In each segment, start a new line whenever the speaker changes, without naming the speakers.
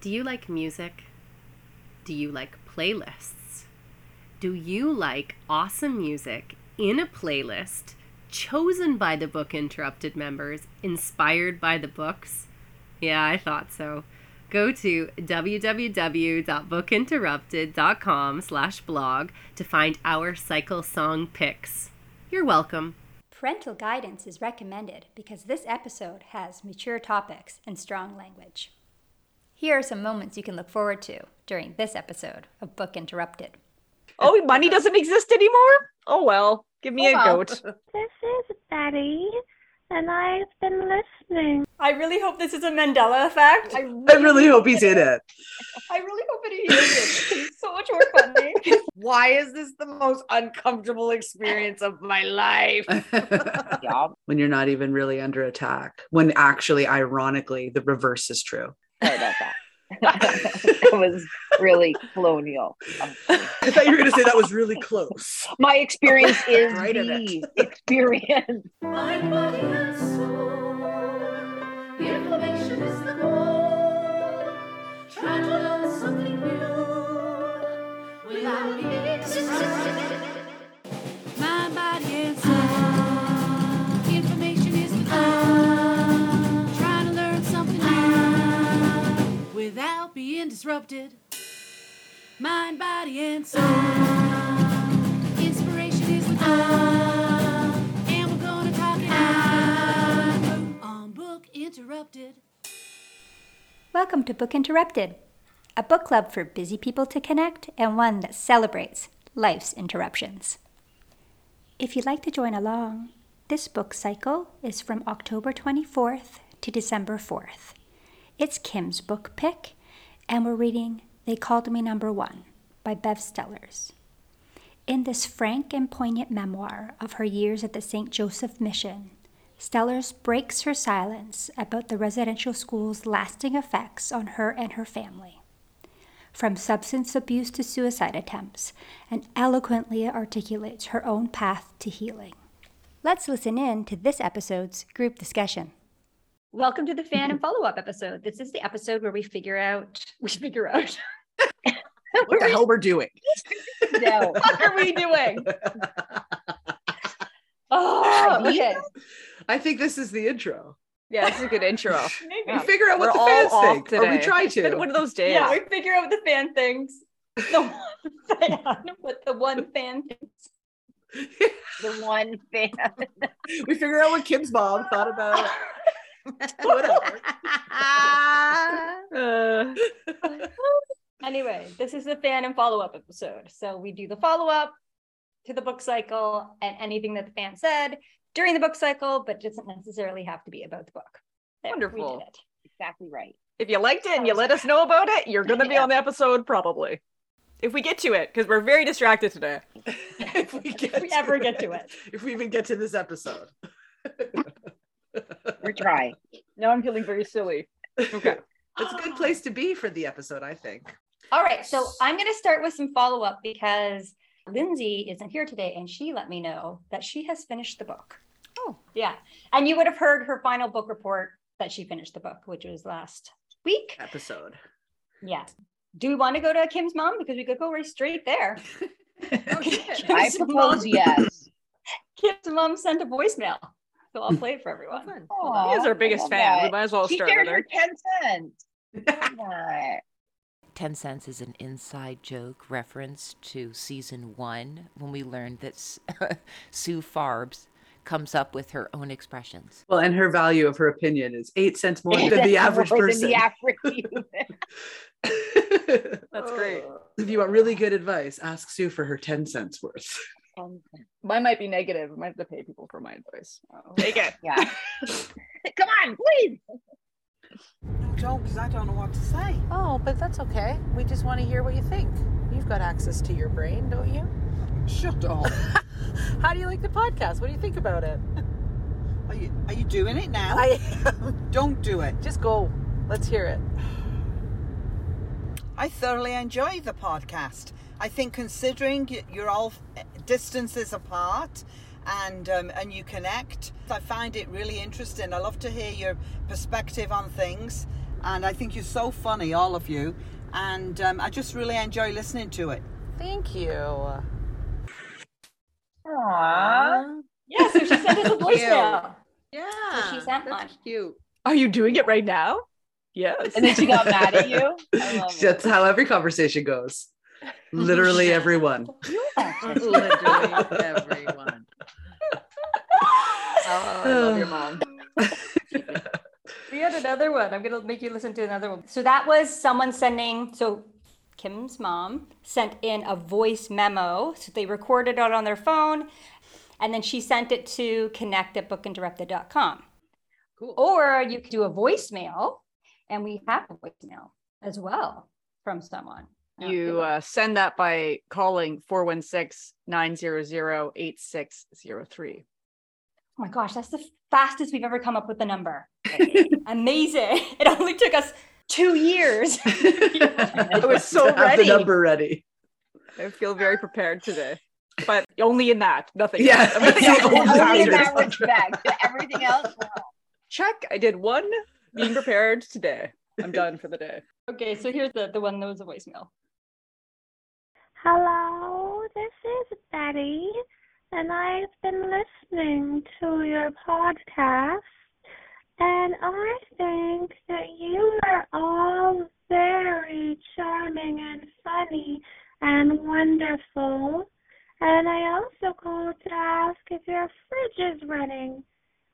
Do you like music? Do you like playlists? Do you like awesome music in a playlist chosen by the Book Interrupted members, inspired by the books? Yeah, I thought so. Go to www.bookinterrupted.com slash blog to find our cycle song picks. You're welcome.
Parental guidance is recommended because this episode has mature topics and strong language. Here are some moments you can look forward to during this episode of Book Interrupted.
oh, money doesn't exist anymore? Oh well, give me
Oh,
a
well.
goat.
This is Betty, and I've been listening.
I really hope this is a Mandela effect. I really,
I really hope he did it.
I really hope it is. It's so much more funny.
Why is this the most uncomfortable experience of my life?
Yeah.
when you're not even really under attack, when actually, ironically, the reverse is true.
Sorry about that. that was really colonial.
I thought you were going to say that was really close.
My experience is
Right in
the experience.
Mind, body, and soul. Inflammation is the goal. Try to learn something new without being Mind, body, and soul. Information is the goal. Try to learn something new without being disrupted. Mind, body, and soul. Inspiration is the goal. And we're gonna talk it out on Book Interrupted.
Welcome to Book Interrupted, a book club for busy people to connect and one that celebrates life's interruptions. If you'd like to join along, this book cycle is from October 24th to December 4th. It's Kim's book pick, and we're reading They Called Me Number One by Bev Stellers. In this frank and poignant memoir of her years at the St. Joseph Mission, Stellars breaks her silence about the residential school's lasting effects on her and her family. From substance abuse to suicide attempts, and eloquently articulates her own path to healing. Let's listen in to this episode's group discussion.
Welcome to the fan and follow up episode. This is the episode where we figure out we figure out
What the hell we're doing?
No.
what are we doing. Oh, okay.
I think this is the
Ah,
intro.
yeah, this is a good intro.
Maybe.
We figure out what
We're
the
all
fans
off
think, or we
today.
try
It's been
to.
one of those days.
Yeah, we figure out the fan things. The one fan, what the one fan thinks.
the one fan.
we figure out what Kim's mom thought about it. Whatever.
Uh,
Anyway, this is the fan and follow up episode. So we do the follow up to the book cycle and anything that the fan said during the book cycle, but doesn't necessarily have to be about the book. There, we did
Wonderful.
it.
exactly right.
if you liked it and you let us know about it, you're going to be
Yeah.
on the episode probably. If we get to it, because we're very distracted today.
if we, get
If we ever get to it.
If we even get to this episode.
We're trying.
Now I'm feeling very silly. Okay.
It's a good place to be for the episode, I think.
All right. So I'm going to start with some follow up because Lindsay isn't here today and she let me know that she has finished the book. Oh, yeah. And you would have heard her final book report that she finished the book, which was last week.
Episode.
Yeah. Do we want to go to Kim's mom? Because we could go right straight there.
I
Kim's mom,
propose yes.
Kim's mom sent a voicemail. So I'll play it for everyone.
Aw,
He is our biggest
love
fan. We
that.
might as well
Oh, She
start
carried
with
her
her.
10 cents. Come on.
10 cents is an inside joke reference to season one when we learned that S- Sue Farbs comes up with her own expressions.
Well, and her value of her opinion is eight cents more than the average
More
person.
Than the average human.
That's great.
if you want really good advice, ask Sue for her 10 cents worth.
Mine might be negative. I might have to pay people for my advice.
Take it.
yeah. Come on, please.
No, don't, because I don't know what to say. Oh, but that's okay. We just want to hear what you think. You've got access to your brain, don't you? Shut up. How do you like the podcast? What do you think about it? Are you, are you doing it now? I Don't do it. Just go. Let's hear it. I thoroughly enjoy the podcast. I think considering y- you're all f- distances apart and um, and you connect, I find it really interesting. I love to hear your perspective on things
and I think you're so funny, all of you. And um, I just really enjoy listening to it.
Thank you.
Aww.
Yeah, so she sent us a
voicemail.
Yeah. So she sent one.
cute.
Are you doing it right now? Yes.
And then she got mad at you?
That's how every conversation goes. Literally everyone.
Literally everyone.
Oh, I love your mom. we had another one. I'm gonna make you listen to another one. So that was someone sending. So Kim's mom sent in a voice memo. So they recorded it on their phone, and then she sent it to connect at bookinterrupted.com. Cool. Or you could do a voicemail, and we have a voicemail as well from someone.
Oh,
You uh, send that by calling 416 900 8603.
Oh my gosh, that's the fastest we've ever come up with a number. Amazing. It only took us two years.
I was so
To have
ready.
the number ready.
I feel very prepared today, but only in that, nothing.
Yeah,
else.
that's the only
Only in
answer.
that
respect. Everything else,
Check. I did one being prepared today. I'm done for the day.
Okay, so here's the, the one that was a voicemail.
Hello, this is Betty, and I've been listening to your podcast, and I think that you are all very charming and funny and wonderful. And I also called to ask if your fridge is running,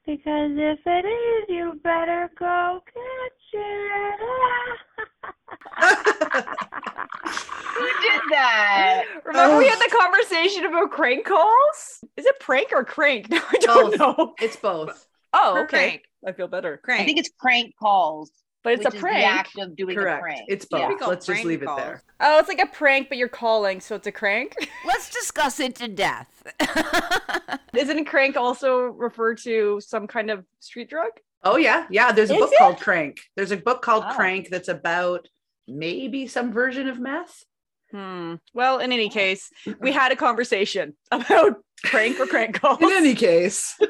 because if it is, you better go catch it.
Who did that?
Remember
oh.
we had the conversation about crank calls? Is it prank or crank? No, I don't know.
It's both.
Oh, okay.
Crank.
I feel better.
I think it's crank calls.
But it's
which
a
is
prank.
The act of doing a
Correct.
prank.
It's
Yeah.
both. Let's just leave it there.
Oh, it's like a prank, but you're calling, so it's a crank.
Let's discuss it to death.
Isn't crank also refer to some kind of street drug?
Oh yeah, yeah. There's a
Is
book
it?
called Crank. There's a book called
Wow.
Crank that's about maybe some version of meth.
Hmm. Well, in any case, we had a conversation about prank or crank calls. In
any case,
you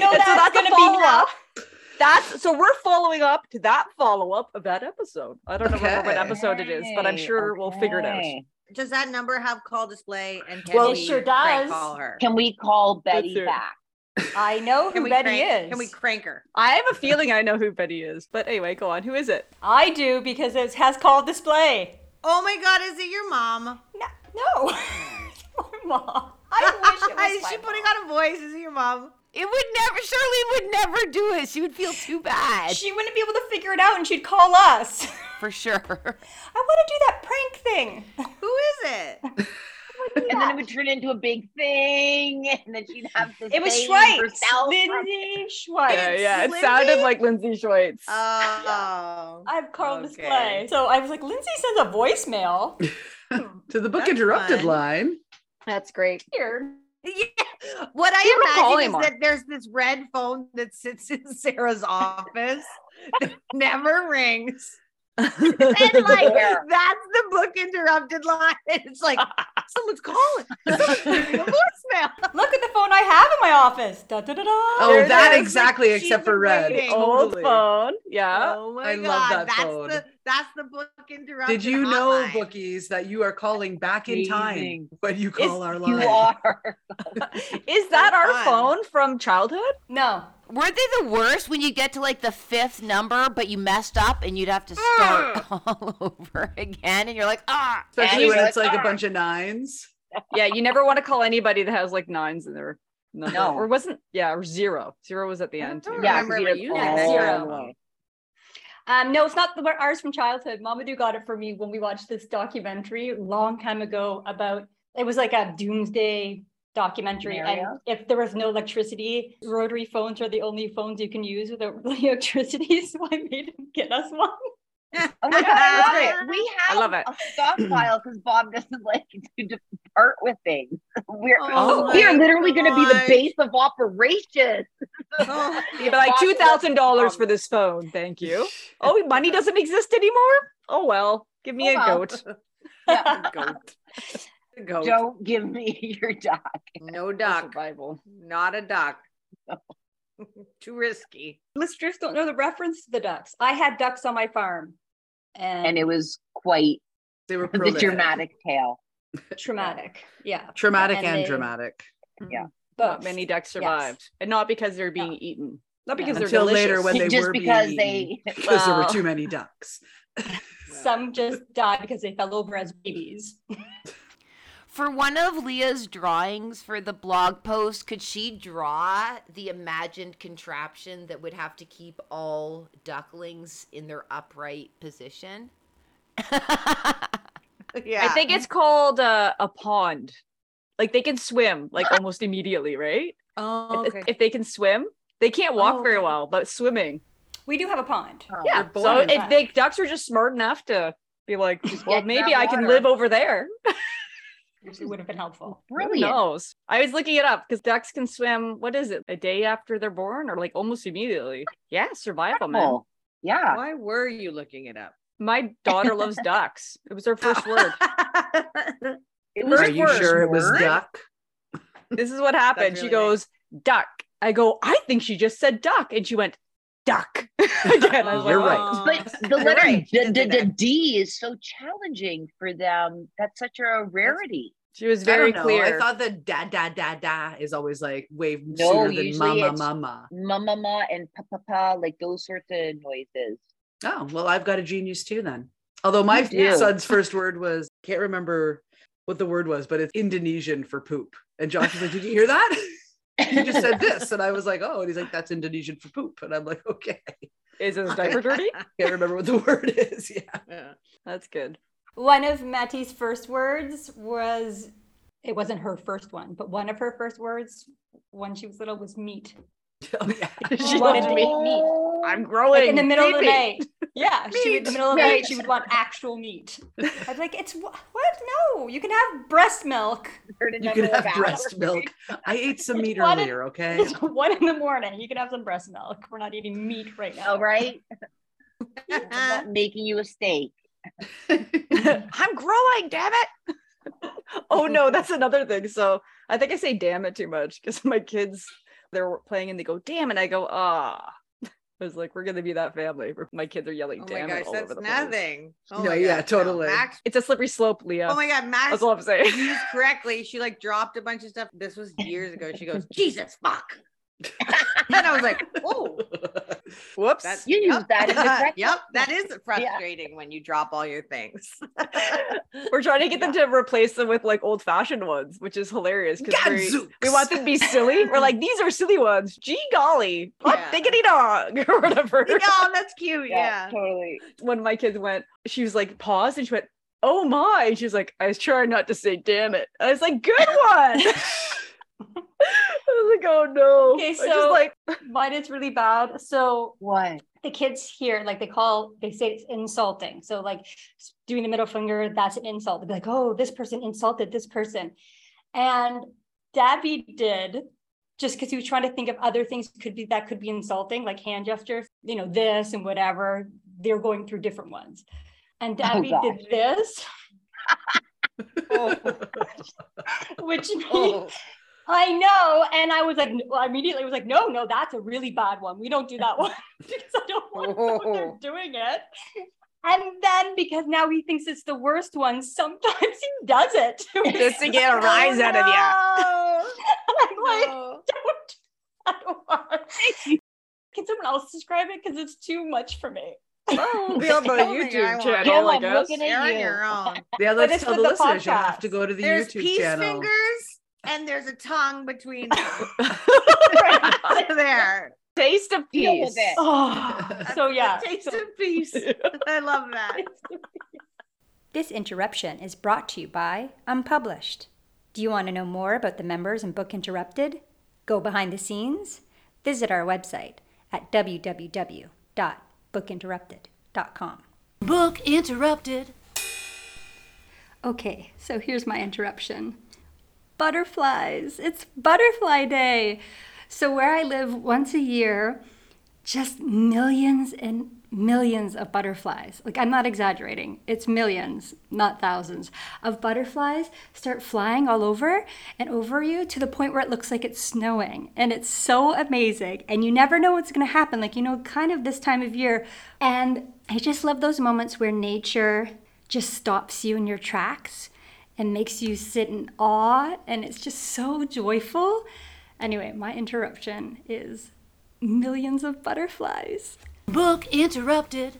know that's, that's going to be up. That's so we're following up to that follow up of that episode. I don't remember what
Okay.
episode it is, but I'm sure we'll figure it out.
Does that number have call display? And can
Well,
we
it sure
crank
does.
Call her.
Can we call Betty
That's it.
back?
I know
Can
who
we
Betty
crank-
is.
Can we crank her?
I have a feeling I know who Betty is, but anyway, go on. Who is it?
I do because it has call display.
Oh my God! Is it your mom?
No. no. mom. I wish it was
Is
my
she putting on a voice? Is it your mom?
It would never, Shirley would never do it. She would feel too bad.
She wouldn't be able to figure it out and she'd call us.
For sure.
I want to do that prank thing.
Who is it?
And then it would turn into a big thing, and then she'd have to.
It was
save
Schweitz.
herself from-
Lindsay
Yeah,
Schweitz.
yeah. It sounded like Lindsay Schweitz.
Oh.
I have call display. So I was like, Lindsay sends a voicemail.
To the book interrupted
fun.
line.
That's great.
Here.
Yeah. What I
People call
imagine
him on.
is that there's this red phone that sits in Sarah's office that never rings. and like
Yeah.
that's the book interrupted line. And it's like someone's calling.
Oh,
Someone's leaving a voicemail.
Look at the phone I have in my office. Da, da, da, da.
Oh, that exactly, except for red.
Old
Totally.
phone. Yeah.
Oh my
I
god,
love that
that's
phone.
the that's the book interrupted.
Did you know, bookies, that you are calling back in time
Amazing.
when you call our line?
You are.
Is that our
fun.
phone from childhood?
No.
Were they the worst when you get to like the fifth number, but you messed up and you'd have to start all over again? And you're like, ah.
Especially
And
when
you're
it's
like,
like a
"Arr."
bunch of nines.
yeah, you never want to call anybody that has like nines in their number.
No.
Or wasn't yeah, or zero. Zero was at the end. Too.
Yeah,
remember
'cause
ever
you'd
using
call
that.
all
Zero.
the way.
Um, no, it's not the ours from childhood. Mama do got it for me when we watched this documentary a long time ago about it was like a doomsday documentary.
Scenario?
And if there was no electricity, rotary phones are the only phones you can use without electricity. So I made him get us one.
Oh my god, that's great. We have
love it.
a stockpile because Bob doesn't like to d- part with things. We're
Oh
we are
my
literally going to be the
gosh.
base of operations.
Oh,
You'd be like two thousand dollars for this phone. Thank you. Oh, money doesn't exist anymore. Oh well, give me
Oh, well.
a goat. goat. goat.
Don't give me your doc.
no doc.
Survival.
Not a doc.
Too risky. Listeners don't know the reference to the ducks. I had ducks on my farm, and,
and it was quite
they were
the
prolific.
dramatic tale.
traumatic. Yeah,
Traumatic and,
they-
dramatic.
Yeah.
Both.
Not many ducks
Yes.
survived, and not because they're being eaten, not because they're
Until later
delicious.
when they were being eaten, because there were too many ducks.
Some just died because they fell over as babies.
For one of Leah's drawings for the blog post, could she draw the imagined contraption that would have to keep all ducklings in their upright position?
I think it's called uh, a pond. Like they can swim like almost immediately, right?
Oh,
If-
okay.
if, they can swim, they can't walk
Oh,
very
okay.
well, but swimming.
We do have a pond.
yeah. So if they ducks are just smart enough to be like, well,
get
maybe
that
I can
water."
live over there.
it would have been helpful.
Who knows? I was looking it up because ducks can swim. What is it? A day after they're born, or like almost immediately? Yeah, survival, man.
Incredible. Oh, Yeah.
Why were you looking it up? My daughter loves ducks. It was her first word.
It
was Are you sure it was duck?
This is what happened. she goes duck. I go. I think she just said duck, and she went duck. Again, I was like,
You're
"Oh."
right.
But the
You're
letter
right.
D,
She did
D-
do
D-
that.
D is so challenging for them. That's such a rarity.
She was
Oh, I don't know. I thought the da da da da is always like way
no,
sooner than
usually
mama
it's
mama.
mama ma and pa pa pa, like those sorts of noises.
Oh, well, I've got a genius too then. Although my
You do.
son's first word was can't remember what the word was, but it's Indonesian for poop. And Josh was like, "Did you hear that?" he just said this, and I was like, "Oh," and he's like, "That's Indonesian for poop," and I'm like, "Okay."
Is his diaper dirty?
can't remember what the word is. Yeah.
That's good.
One of Mattie's first words was it wasn't her first one, but one of her first words when she was little was meat.
Oh,
She
wanted
loves
to
meat.
eat meat.
I'm growing
Like in the middle of the
baby.
night. Yeah, she would, in the middle of the
Meat.
night, she would want actual meat. I'd be like, it's wha- what? No, you can have breast milk.
You can have breast milk. I ate some meat
What if-
earlier, okay?
It's one in the morning. You can have some breast milk. We're not eating meat right now.
All right. I'm not making you a steak.
I'm growing, damn it. oh no, that's another thing. So I think I say damn it too much because my kids they're playing and they go, damn it. I go, ah. I was like, we're gonna be that family. where My kids are yelling,
Oh my
damn it.
gosh,
All
that's
over the Place.
nothing. Oh
No,
my
yeah,
gosh,
totally.
Max-
It's a slippery slope, Leah.
Oh my god, Max
That's all I'm saying.
used correctly. She like dropped a bunch of stuff. This was years ago. She goes, Jesus fuck. and I was like, oh.
Whoops.
You use that as a correct
Yep. That is
Yeah.
frustrating when you drop all your things.
We're trying to get them to replace them with like old fashioned ones, which is hilarious because we, we want them to be silly. We're like, these are silly ones. Gee golly, what diggity dog or whatever.
Yeah, that's cute. Yeah,
totally.
One of my kids went, she was like paused and she went, oh my. And she was like, I was trying not to say damn it. I was like, good one. I was like, oh no. I
Okay,
was
so
just like,
mine is really bad. So
what
the kids here, like they call, they say it's insulting. So like doing the middle finger, that's an insult. They'd be like, oh, this person insulted this person, and Dabby did just because he was trying to think of other things could be that could be insulting, like hand gestures, you know, this and whatever. They're going through different ones, and
Oh,
Dabby did this. Which means I know. And I was like, well, I immediately was like, no, no, that's a really bad one. We don't do that one because I don't want to know they're doing it. And then because now he thinks it's the worst one, sometimes he does it.
Just to get a rise out of
you. I'm like, don't, I don't want. Can someone else describe it? Because it's too much for me.
Oh, we have a
Tell me, I
YouTube
want-
channel,
Yo,
I
I'm
guess.
looking at
You're on
you.
your own.
Yeah,
But
let's
it's
tell
for
the,
the
listeners you'll have
podcast.
to go to the
There's
YouTube
peace
channel.
fingers and there's a tongue between them. there.
Taste of
Deal with
peace.
it.
Oh.
so yeah.
Taste of peace. I love that.
This interruption is brought to you by Unpublished. Do you want to know more about the members and Book Interrupted? Go behind the scenes? Visit our website at www.bookinterrupted.com.
Book interrupted.
Okay, so here's my interruption. Butterflies. It's Butterfly Day. So, where I live once a year, just millions and millions of butterflies. Like, I'm not exaggerating. It's millions, not thousands, of butterflies start flying all over and over you to the point where it looks like it's snowing. And it's so amazing. And you never know what's going to happen. Like, you know, kind of this time of year. And I just love those moments where nature just stops you in your tracks and makes you sit in awe. And it's just so joyful. Anyway, my interruption is
Mm-hmm.
millions of butterflies.
Book interrupted.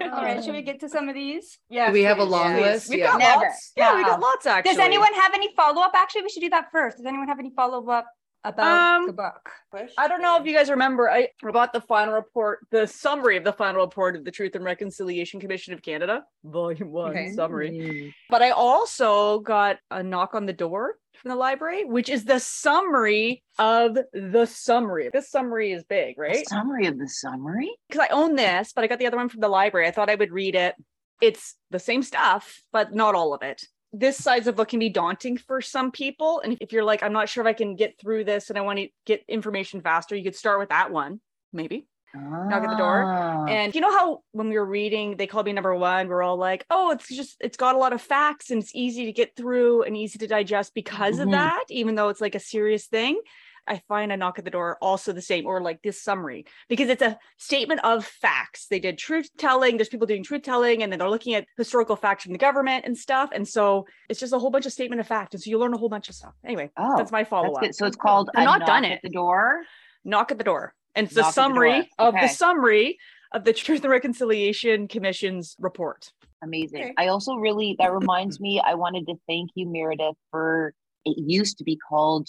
All right, should we get to some of these?
Do we have a long list?
We've got
Never.
lots. Yeah, we got
lots
Does anyone have any follow up? Actually, we should do that first. Does anyone have any follow up about
Um,
the book?
I don't know if you guys remember. I bought the final report, the summary of the final report of the Truth and Reconciliation Commission of Canada, Volume One
Okay.
summary. But I also got a knock on the door from the library, which is the summary of the summary. This summary is big, right?
Summary of the summary.
because I own this, but I got the other one from the library. I thought I would read it. It's the same stuff, but not all of it. This size of book can be daunting for some people. And if you're like, I'm not sure if I can get through this and I want to get information faster, you could start with that one, maybe. Knock at the
Ah.
door. And you know how when we were reading, they called me number one, we're all like, oh, it's just, it's got a lot of facts and it's easy to get through and easy to digest because
Mhm.
of that, even though it's like a serious thing. I find a knock at the door also the same, or like this summary, because it's a statement of facts. They did truth telling, there's people doing truth telling, and then they're looking at historical facts from the government and stuff. And so it's just a whole bunch of statement of fact. And so you learn a whole bunch of stuff. Anyway,
Oh,
that's my
that's
follow up.
good. So it's called
I'm
a
not
knock
done
at
it. The door. Knock at the door. And it's the
Knock at the door.
summary of
Okay.
the summary of the Truth and Reconciliation Commission's report.
Amazing. I also really that reminds me. I wanted to thank you, Meredith, for it used to be called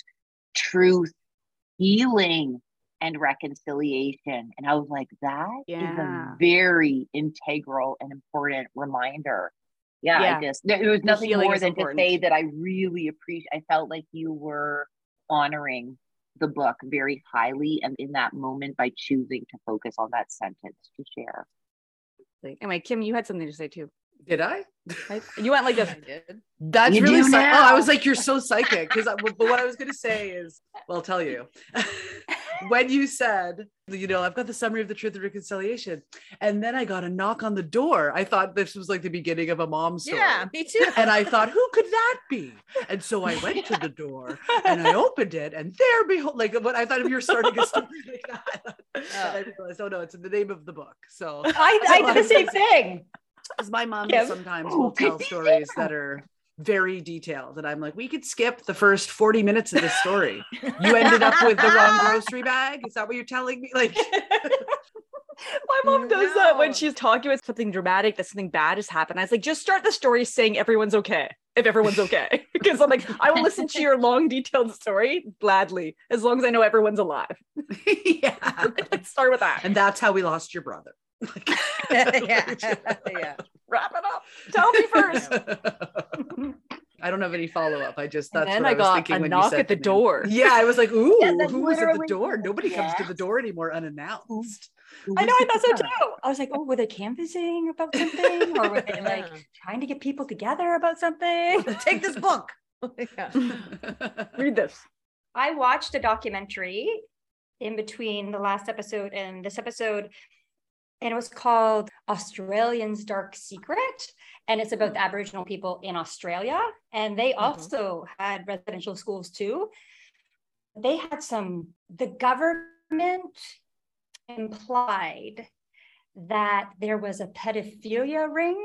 Truth, Healing, and Reconciliation, and I was like, that is
Yeah.
a very integral and important reminder. Yeah,
Yeah.
I just there, there was
The
nothing
healing
more
is
than
important.
to say that I really appreciate. I felt like you were honoring the book very highly, and in that moment by choosing to focus on that sentence to share.
Anyway, Kim, you had something to say too.
Did I?
I- You went like this.
That's
You
really
do
psy- oh,
now.
I was like, you're so psychic. Because but what I was gonna say is, well, I'll tell you. when you said, you know, I've got the summary of the truth and reconciliation, and then I got a knock on the door. I thought this was like the beginning of a mom story.
Yeah, me too.
And I thought, who could that be? And so I went to the door and I opened it, and there, behold, like what I thought if you're starting a story like that. And I realized, oh no, it's in the name of the book. So
I, I did the same thing.
Because my mom
Kim?
sometimes
Oh,
will tell stories that are very detailed. And I'm like, we could skip the first 40 minutes of this story. You ended up with the wrong grocery bag. Is that what you're telling me? Like,
My mom does that when she's talking about something dramatic that something bad has happened. I was like, just start the story saying everyone's okay. If everyone's okay, because I'm like, I will listen to your long, detailed story gladly, as long as I know everyone's alive. yeah, let's start with that.
and that's how we lost your brother.
yeah, yeah.
Wrap it up. Tell me first.
I don't have any follow up. I just,
And
that's
then
what I,
I
was
got
thinking
a
when you
knock
said
at the
to me.
door.
Yeah, I was like, ooh,
Yeah, that's
who was at the
literally-
door? Nobody comes to the door anymore unannounced.
I know, I thought so too. I was like, oh, were they canvassing about something? Or were they like trying to get people together about something? Take this book.
Read this.
I watched a documentary in between the last episode and this episode, and it was called Australians Dark Secret. And it's about the Aboriginal people in Australia. And they also had residential schools too. They had some, the government implied that there was a pedophilia ring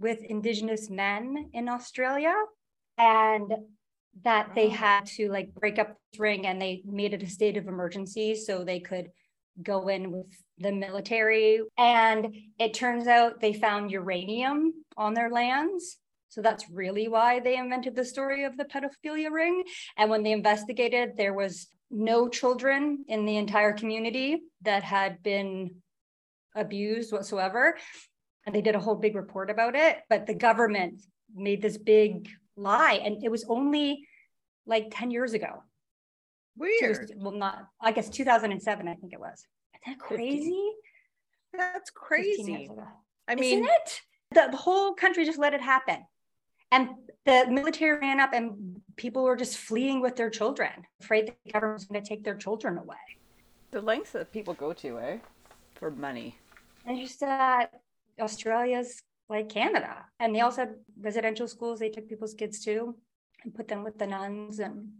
with Indigenous men in Australia. And that they had to like break up this ring and they made it a state of emergency so they could go in with the military and it turns out they found uranium on their lands so that's really why they invented the story of the pedophilia ring and when they investigated there was no children in the entire community that had been abused whatsoever and they did a whole big report about it but the government made this big lie and it was only like 10 years ago So it was-
Weird.
well not i guess 2007 i think it was isn't that crazy
that's
15 years
crazy.
ago.
I
isn't
mean,
it the, the whole country just let it happen and the military ran up and people were just fleeing with their children afraid the government was going to take their children away
The lengths that people go to, eh? For money.
And just that Australia's like Canada. And they also had residential schools they took people's kids to and put them with the nuns. And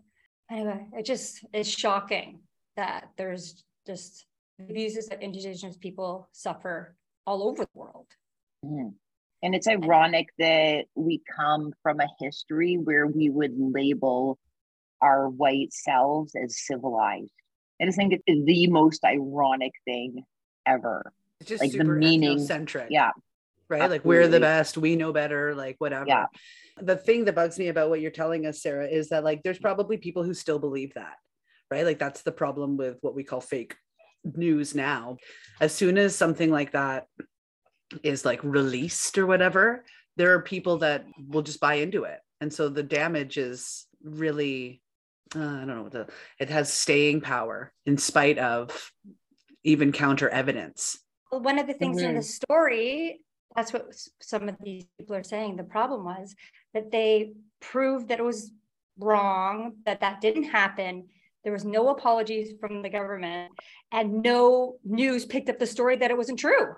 anyway, it just is shocking that there's just abuses that Indigenous people suffer all over the world.
Mm. And it's ironic that we come from a history where we would label our white selves as civilized. I just think it's the most ironic thing ever.
It's just super ethnocentric.
Yeah.
right? Like we're the
Absolutely.
best, we know better, like whatever.
Yeah.
The thing that bugs me about what you're telling us, Sarah, is that like there's probably people who still believe that, right? Like that's the problem with what we call fake news now. As soon as something like that is like released or whatever, there are people that will just buy into it. And so the damage is really, uh, I don't know, what the, it has staying power in spite of even counter evidence.
Well, one of the things in the
Mhm.
story, that's what s- some of these people are saying. The problem was that they proved that it was wrong, that that didn't happen. There was no apologies from the government, and no news picked up the story that it wasn't true.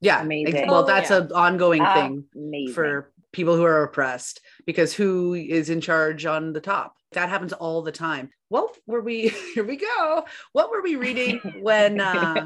Yeah.
Amazing.
ex- Well,
Oh,
that's
yeah.
an ongoing
Ah,
thing for people who are oppressed because who is in charge on the top? That happens all the time. What were we? Here we go. What were we reading when uh,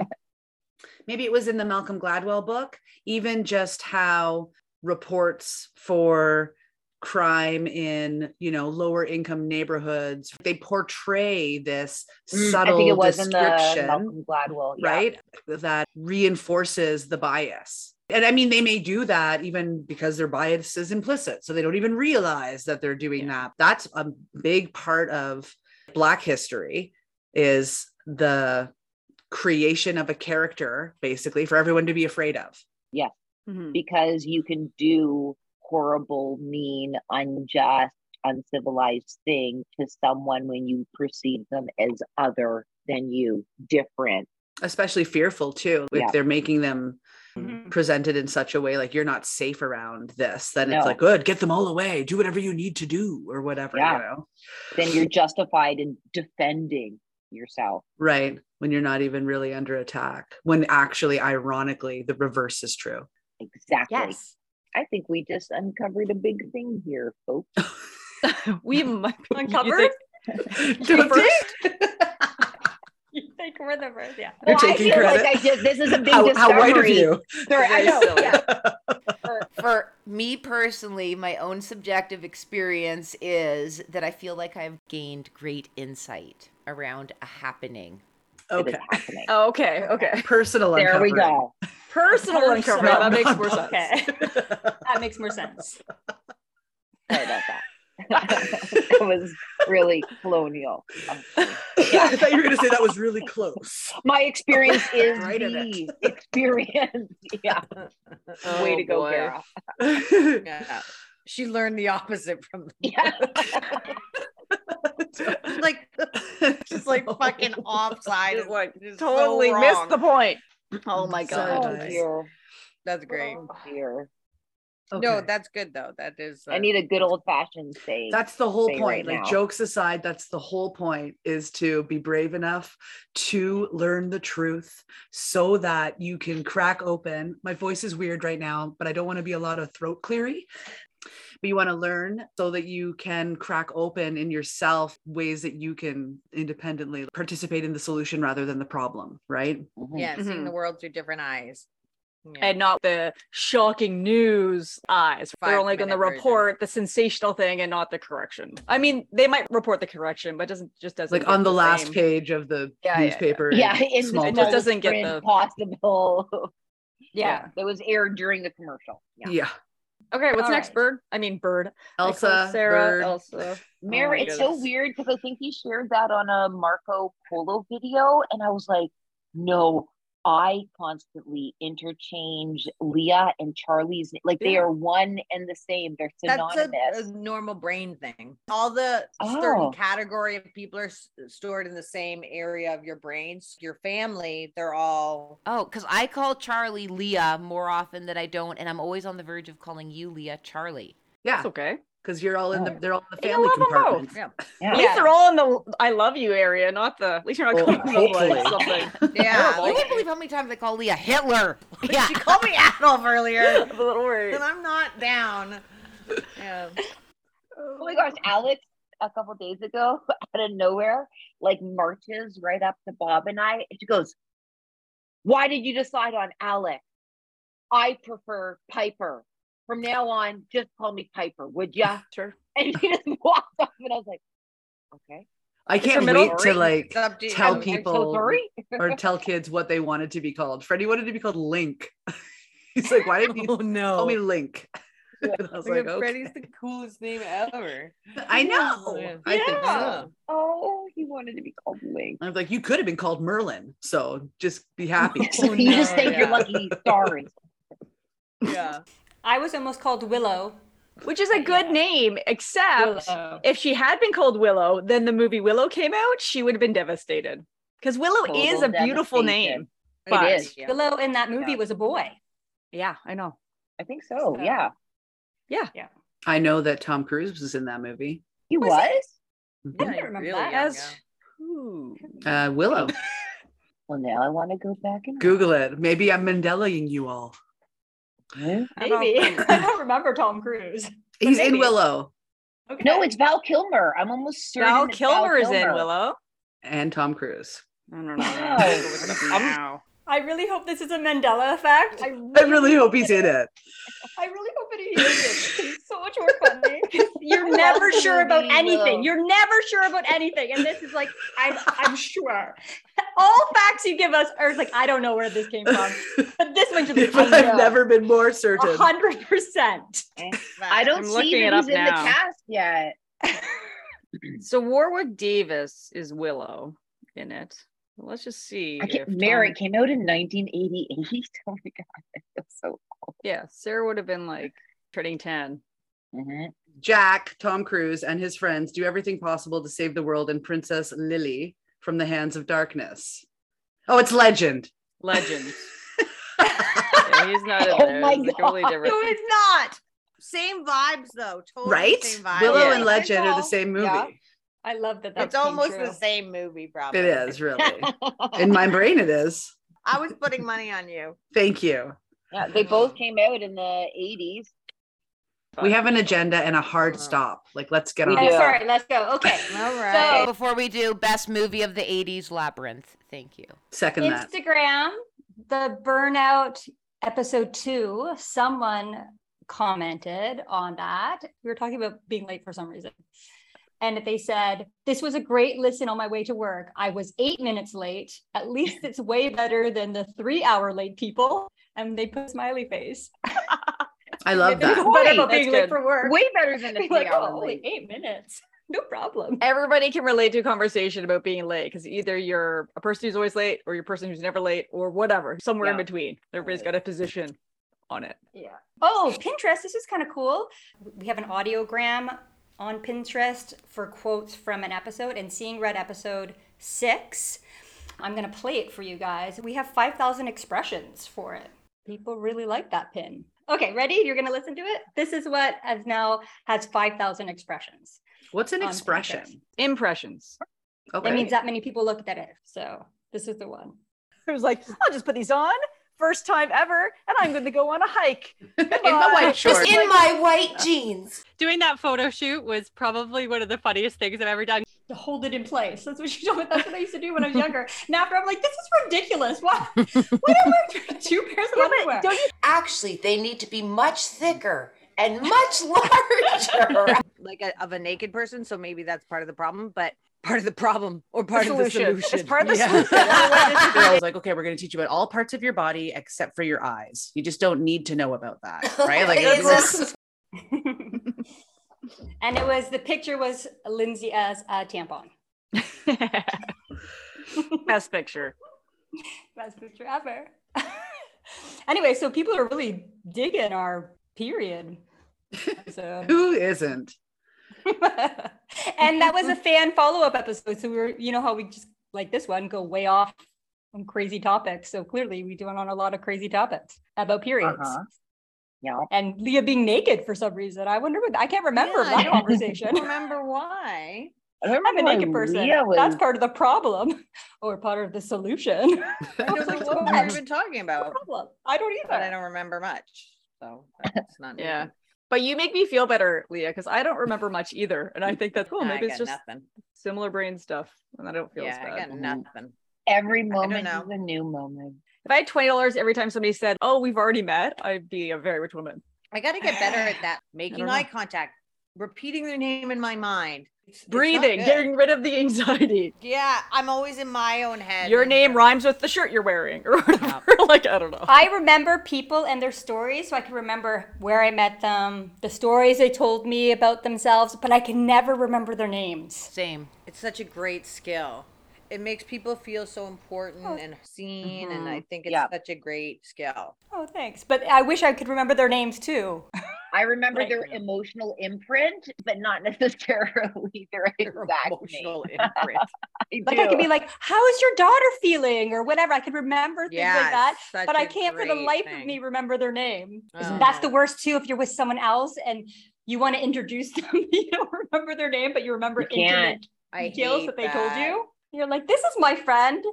maybe it was in the Malcolm Gladwell book? Even just how reports for crime in you know lower income neighborhoods they portray this
Mm,
subtle
I think it was in the
description
Malcolm Gladwell. yeah.
right? That reinforces the bias. And I mean, they may do that even because their bias is implicit. So they don't even realize that they're doing that. That's a big part of Black history is the creation of a character, basically, for everyone to be afraid of.
Yeah. Because you can do horrible, mean, unjust, uncivilized thing to someone when you perceive them as other than you, different.
especially fearful too if
Yeah.
they're making them
Mhm.
presented in such a way like you're not safe around this then
No.
it's like good get them all away do whatever you need to do or whatever
Yeah.
you know
Then you're justified in defending yourself.
right when you're not even really under attack when actually ironically the reverse is true
Exactly. I think we just uncovered a big thing here, folks.
we might uncovered.
You think we're the first, yeah.
Well, I feel like I did. This is a big
How-
discovery.
how white of you.
Sorry, I know.
For me personally, my own subjective experience is that I feel like I've gained great insight around a happening.
Okay.
happening.
Oh, okay. Okay.
Personal.
There we
uncovering.
go.
Personal,
Personal.
uncovering. That makes more sense.
Okay. that makes more sense.
Sorry about that. it was really colonial.
I thought you were going to say that was really close.
My experience is
Right in
the experience. Yeah. Way to go,
boy.
Kara.
yeah. She learned the opposite from me.
like
just like fucking offside. Just like
Totally missed the point. Oh my
So
god.
Oh, nice. dear. That's great.
Oh, dear.
No,
Okay.
that's good though. That is.
I need a good old fashioned say.
That's the whole
say
point.
right
like
now.
jokes aside, that's the whole point is to be brave enough to learn the truth so that you can crack open. My voice is weird right now, but I don't want to be a lot of throat cleary. But you want to learn so that you can crack open in yourself ways that you can independently participate in the solution rather than the problem, right?
Mm-hmm.
Yeah,
Mm-hmm.
seeing the world through different eyes.
And not the shocking news eyes. They're
Five
only going to
minute version.
report the sensational thing and not the correction. I mean, they might report the correction, but it doesn't just doesn't
Like
get
on the last
same-
page of the
Yeah, yeah, yeah.
newspaper. in
yeah, in
small
the
It
print.
just doesn't get the
possible.
Yeah.
That was aired during the commercial. Yeah.
yeah.
Okay, what's
All
next,
right.
Bird? I mean, Bird.
Elsa,
Nicole, Sarah,
Bird.
Elsa.
Mary,
Oh my
it's so
goodness.
weird because I think he shared that on a Marco Polo video, and I was like, no, I constantly interchange Leah and Charlie's. Like they
Yeah.
are one and the same. They're synonymous.
That's a, a normal brain thing. All the
Oh.
certain category of people are s- stored in the same area of your brains. Your family, they're all.
Oh, because I call Charlie Leah more often than I don't, and I'm always on the verge of calling you Leah Charlie.
Yeah.
That's okay.
because you're all in the they're all in the
You
family
love 'em both.
compartment.
Yeah.
Yeah.
At least they're all in the I love you area, not the at least you're not
Well,
calling them like
hopefully.
something.
Yeah, I can't believe how many times they call Leah Hitler. Yeah,
she called me Adolf earlier.
And
I'm not down. Yeah.
Oh my gosh, Alex, a couple days ago, out of nowhere, like marches right up to Bob and I. and She goes, Why did you decide on Alex? I prefer Piper. From now on, just call me Piper, would ya?
Sure.
And she just walked off, and I was like, Okay.
I
It's
can't
her middle
wait to
name.
like
It's up to you.
tell
I'm- I'm so
people
sorry.
or tell kids what they wanted to be called. Freddie wanted to be called Link. He's like, why didn't you call me Link? And I was like, okay.
Freddy's the coolest name ever.
I know. I think
Yeah.
so.
Oh, he wanted to be called Link.
I was like, you could have been called Merlin, so just be happy.
you
Oh,
just think you're lucky. Sorry.
Yeah.
I was almost called Willow.
Which is a good name, except
Willow.
if she had been called Willow, then the movie Willow came out, she would have been devastated. Because Willow
Total
is a beautiful
devastation.
name. but
Willow in that movie was a boy.
Yeah, I know.
I think so. yeah.
Yeah.
Yeah.
I know that Tom Cruise was in that movie.
He was?
I didn't remember that.
As
Uh, Willow.
well, now I want to go back and
Google it. Maybe I'm Mandelaing you all.
Maybe. I don't remember Tom Cruise.
He's in Willow
No, it's Val Kilmer. I'm almost certain.
Val
it's Val
Kilmer is in
Kilmer.
Willow.
and Tom Cruise.
I don't know.
I'm-
I really hope this is a Mandela effect. I really,
I really hope he's in it.
I really hope it is. It's so much more funny. 'Cause You're
Who
never
else in
sure
the
about
movie,
anything.
Willow?
You're never sure about anything. And this is like, I'm, I'm sure. All facts you give us are like, I don't know where this came from. But this one's just like,
But
I
I've
know.
never been more certain.
100%.
I don't
I'm
see
looking it
that
up
he's in the
now.
cast yet.
So Warwick Davis is Willow in it. Let's just see.
I
if
can't, Mary
Tom-
it came out in 1988. Oh my god, I feel so old.
Yeah, Sarah would have been like turning 10.
Jack, Tom Cruise, and his friends do everything possible to save the world and Princess Lily from the hands of darkness. Oh, it's legend.
Legend. Yeah, he's not in
Oh
there.
my
It's totally
God.
different.
No, it's not. Same vibes though. Totally
Right?
Same vibes.
Willow and Legend are the same movie.
Yeah.
I love that.
It's almost the same movie, probably.
It is really. In my brain, it is.
I was putting money on you.
Thank you.
Yeah, they both came out in the 80s.
We have an agenda and a hard stop. Like, let's get
We
on.
do.
with it.
Sorry,
Oh, let's go. Okay.
All
So before we do, best movie of the '80s, Labyrinth. Thank you.
Second that.
Instagram, the burnout episode two, someone commented on that. We were talking about being late for some reason. And they said, This was a great listen on my way to work. I was eight minutes late. At least it's way better than the three hour late people. And they put a smiley face.
I love that.
But about being late for work.
Way better than the
Like,
three hour
oh, only
late.
eight minutes. No problem.
Everybody can relate to a conversation about being late because either you're a person who's always late or you're a person who's never late or whatever, somewhere in
Yeah.
between. Everybody's got a position on it.
Yeah. Oh, Pinterest. This is kind of cool. We have an audiogram on Pinterest for quotes from an episode and seeing red episode six. I'm going to play it for you guys. We have 5,000 expressions for it. People really like that pin. Okay, ready? You're going to listen to it? This is what has now has 5,000 expressions.
What's an
on
expression?
Impressions.
That means that many people looked at it. So this is the one.
I was like, I'll just put these on. First time ever, and I'm going to go on a hike in
my white Just shorts. in my
white
jeans. Doing that photo shoot was probably one of the funniest things I've ever done.
To hold it in place. That's what you do. That's what I used to do when I was younger. Now after I'm like, this is ridiculous. Why? Why do I wear two pairs of underwear?
Actually, they need to be much thicker and much larger.
like a, of a naked person, so maybe that's part of the problem, but part of the problem or part of the
solution. It's
solution.
part of the
solution.
I was like, okay, we're going to teach you about all parts of your body except for your eyes. You just don't need to know about that, right? Like, it was-
And it was the picture was Lindsay as a tampon.
Best picture.
Best picture ever. anyway, so people are really digging our period. episode.
who isn't?
and that was a fan follow-up episode. So we were, you know how we just like this one go way off on crazy topics. So clearly we doing on a lot of crazy topics about periods.
Uh-huh. Yeah.
And Leah being naked for some reason. I wonder what I can't remember
Yeah, I
that
don't
conversation.
remember why.
I
am
remember
a
why
naked person.
Leah
That's
was-
part of the problem or part of the solution.
I don't know what we've been talking about.
I don't
either. I don't remember much. So that's not yeah. But you make me feel better, Leah, because I don't remember much either. And I think that's cool.
I
Maybe it's
got
just
nothing.
similar brain stuff. And I don't feel as
Yeah, I
bad. Mm-hmm.
got nothing. Every moment
know.
is a new moment.
If I had twenty dollars every time somebody said, Oh, we've already met, I'd be a very rich woman.
I got to get better at that. Making
know.
eye contact, repeating their name in my mind, It's- it's not
Breathing,
good.
getting rid of the anxiety.
Yeah, I'm always in my own head.
Your name rhymes with the shirt you're wearing, or whatever. like I don't know.
I remember people and their stories, so I can remember where I met them, the stories they told me about themselves, but I can never remember their names.
Same.
It's such a great skill. It makes people feel so important and seen, and I
Mhm.
think it's such a great skill.
Oh, thanks. But I wish I could remember their names too.
I remember
Right.
their emotional imprint, but not necessarily their exact emotional
imprint.
Like I could be like, "How's your daughter feeling?" or whatever. I could remember things
Yeah,
like that,
it's such
but I
a
can't for the
great
life of
thing.
me remember their name.
Oh.
That's the worst too. If you're with someone else and you want to introduce them, you don't remember their name, but you remember
You can't.
intimate
I
details
hate
that they told
that.
you. You're like, "This is my friend,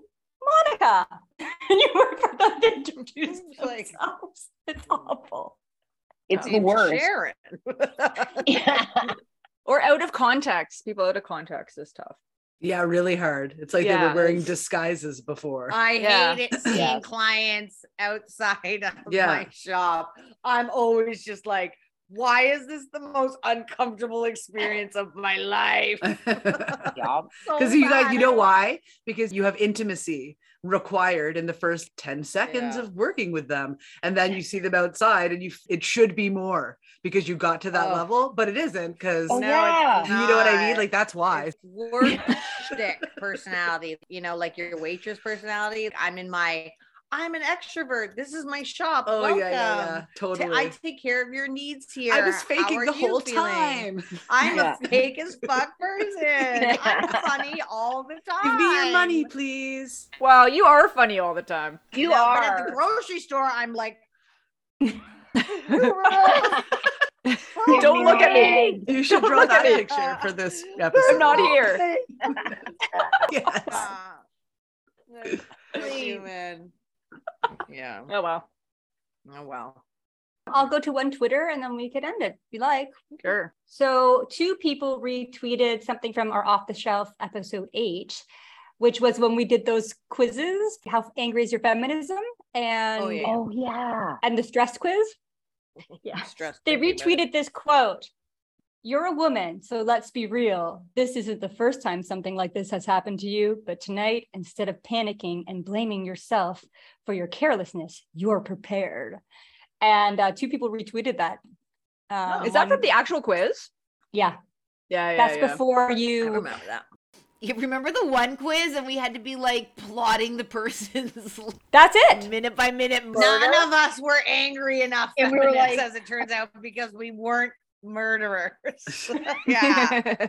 Monica," and you remember them to introduce themselves. It's awful.
It's
the worst.
Sharon.
Or out of context. People out of context is tough.
Yeah, really hard. It's like they
Yeah.
were wearing disguises before.
I
Yeah.
hate it seeing
Yeah.
clients outside of
Yeah.
my shop. I'm always just like, why is this the most uncomfortable experience of my life? So
Because you guys,
bad.
you know why? Because you have intimacy required in the first 10 seconds
Yeah.
of working with them. And then you see them outside and you it should be more because you got to that
Oh.
level, but it isn't because
Oh, No, yeah. it's
you know what I mean?
not.
Like that's why.
work shtick personality, you know, like your waitress personality. I'm in my, I'm an extrovert. This is my shop.
Oh,
Welcome.
yeah, yeah, yeah.
Ta- I
Totally.
take care of your needs here.
I was
How
faking
are
the
you
whole
feeling?
time.
I'm
Yeah.
a fake as fuck person. I'm funny all the time.
Give me your money, please.
Wow, you are funny all the time.
You know, But at the grocery store, I'm like,
Don't look at me.
You should
Don't
draw
look
that
at me.
picture for this episode.
I'm not here.
uh, human. Yeah.
Oh well.
Oh well.
I'll go to one Twitter and then we could end it if you like.
Sure.
So, two people retweeted something from our off the shelf episode eight, which was when we did those quizzes How Angry is Your Feminism? And
yeah. Oh, yeah.
And the stress quiz. Yeah.
Stress
They
thinking about it.
retweeted this quote You're a woman, so let's be real. This isn't the first time something like this has happened to you, but tonight, instead of panicking and blaming yourself for your carelessness, you're prepared. And uh, two people retweeted that. Um,
Oh. Is that
one-
from the actual quiz?
Yeah.
Yeah, yeah.
That's
yeah.
before you.
You remember the one quiz and we had to be like plotting the person's Mm.
That's it.
Minute by minute murder.
None of us were angry enough,
And we were
feminists,
like-
as it turns out, because we weren't murderers. yeah.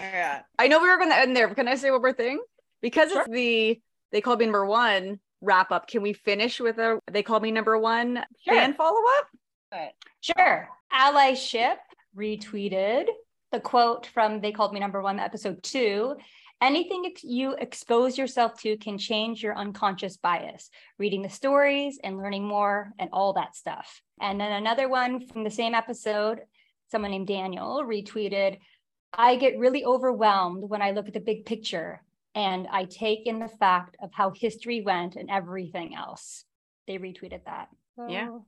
yeah.
I know we were going to end there, but can I say one more thing? Because it's the they called me number one wrap up. Can we finish with a they called me number one fan follow up?
Sure. Allyship retweeted the quote from They Called Me Number One, episode two. Anything ex- you expose yourself to can change your unconscious bias, reading the stories and learning more and all that stuff. And then another one from the same episode, someone named Daniel retweeted I get really overwhelmed when I look at the big picture and I take in the fact of how history went and everything else. They retweeted that.
Yeah.
So-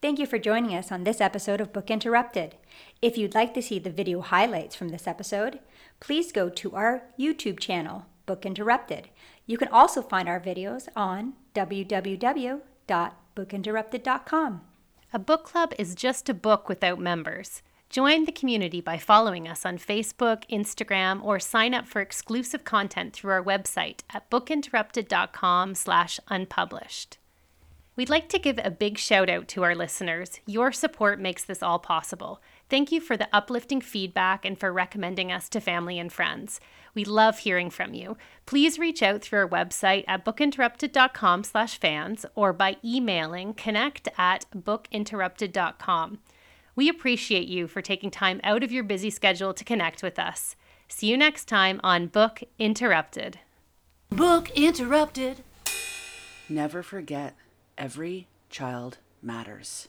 Thank you for joining us on this episode of Book Interrupted. If you'd like to see the video highlights from this episode, please go to our YouTube channel, Book Interrupted. You can also find our videos on www.bookinterrupted.com.
A book club is just a book without members. Join the community by following us on Facebook, Instagram, or sign up for exclusive content through our website at bookinterrupted.com/unpublished. We'd like to give a big shout out to our listeners. Your support makes this all possible.
Thank you for the uplifting feedback and for recommending us to family and friends. We love hearing from you. Please reach out through our website at bookinterrupted.com slash fans or by emailing connect at bookinterrupted.com. We appreciate you for taking time out of your busy schedule to connect with us. See you next time on Book Interrupted.
Book Interrupted.
Never forget every child matters.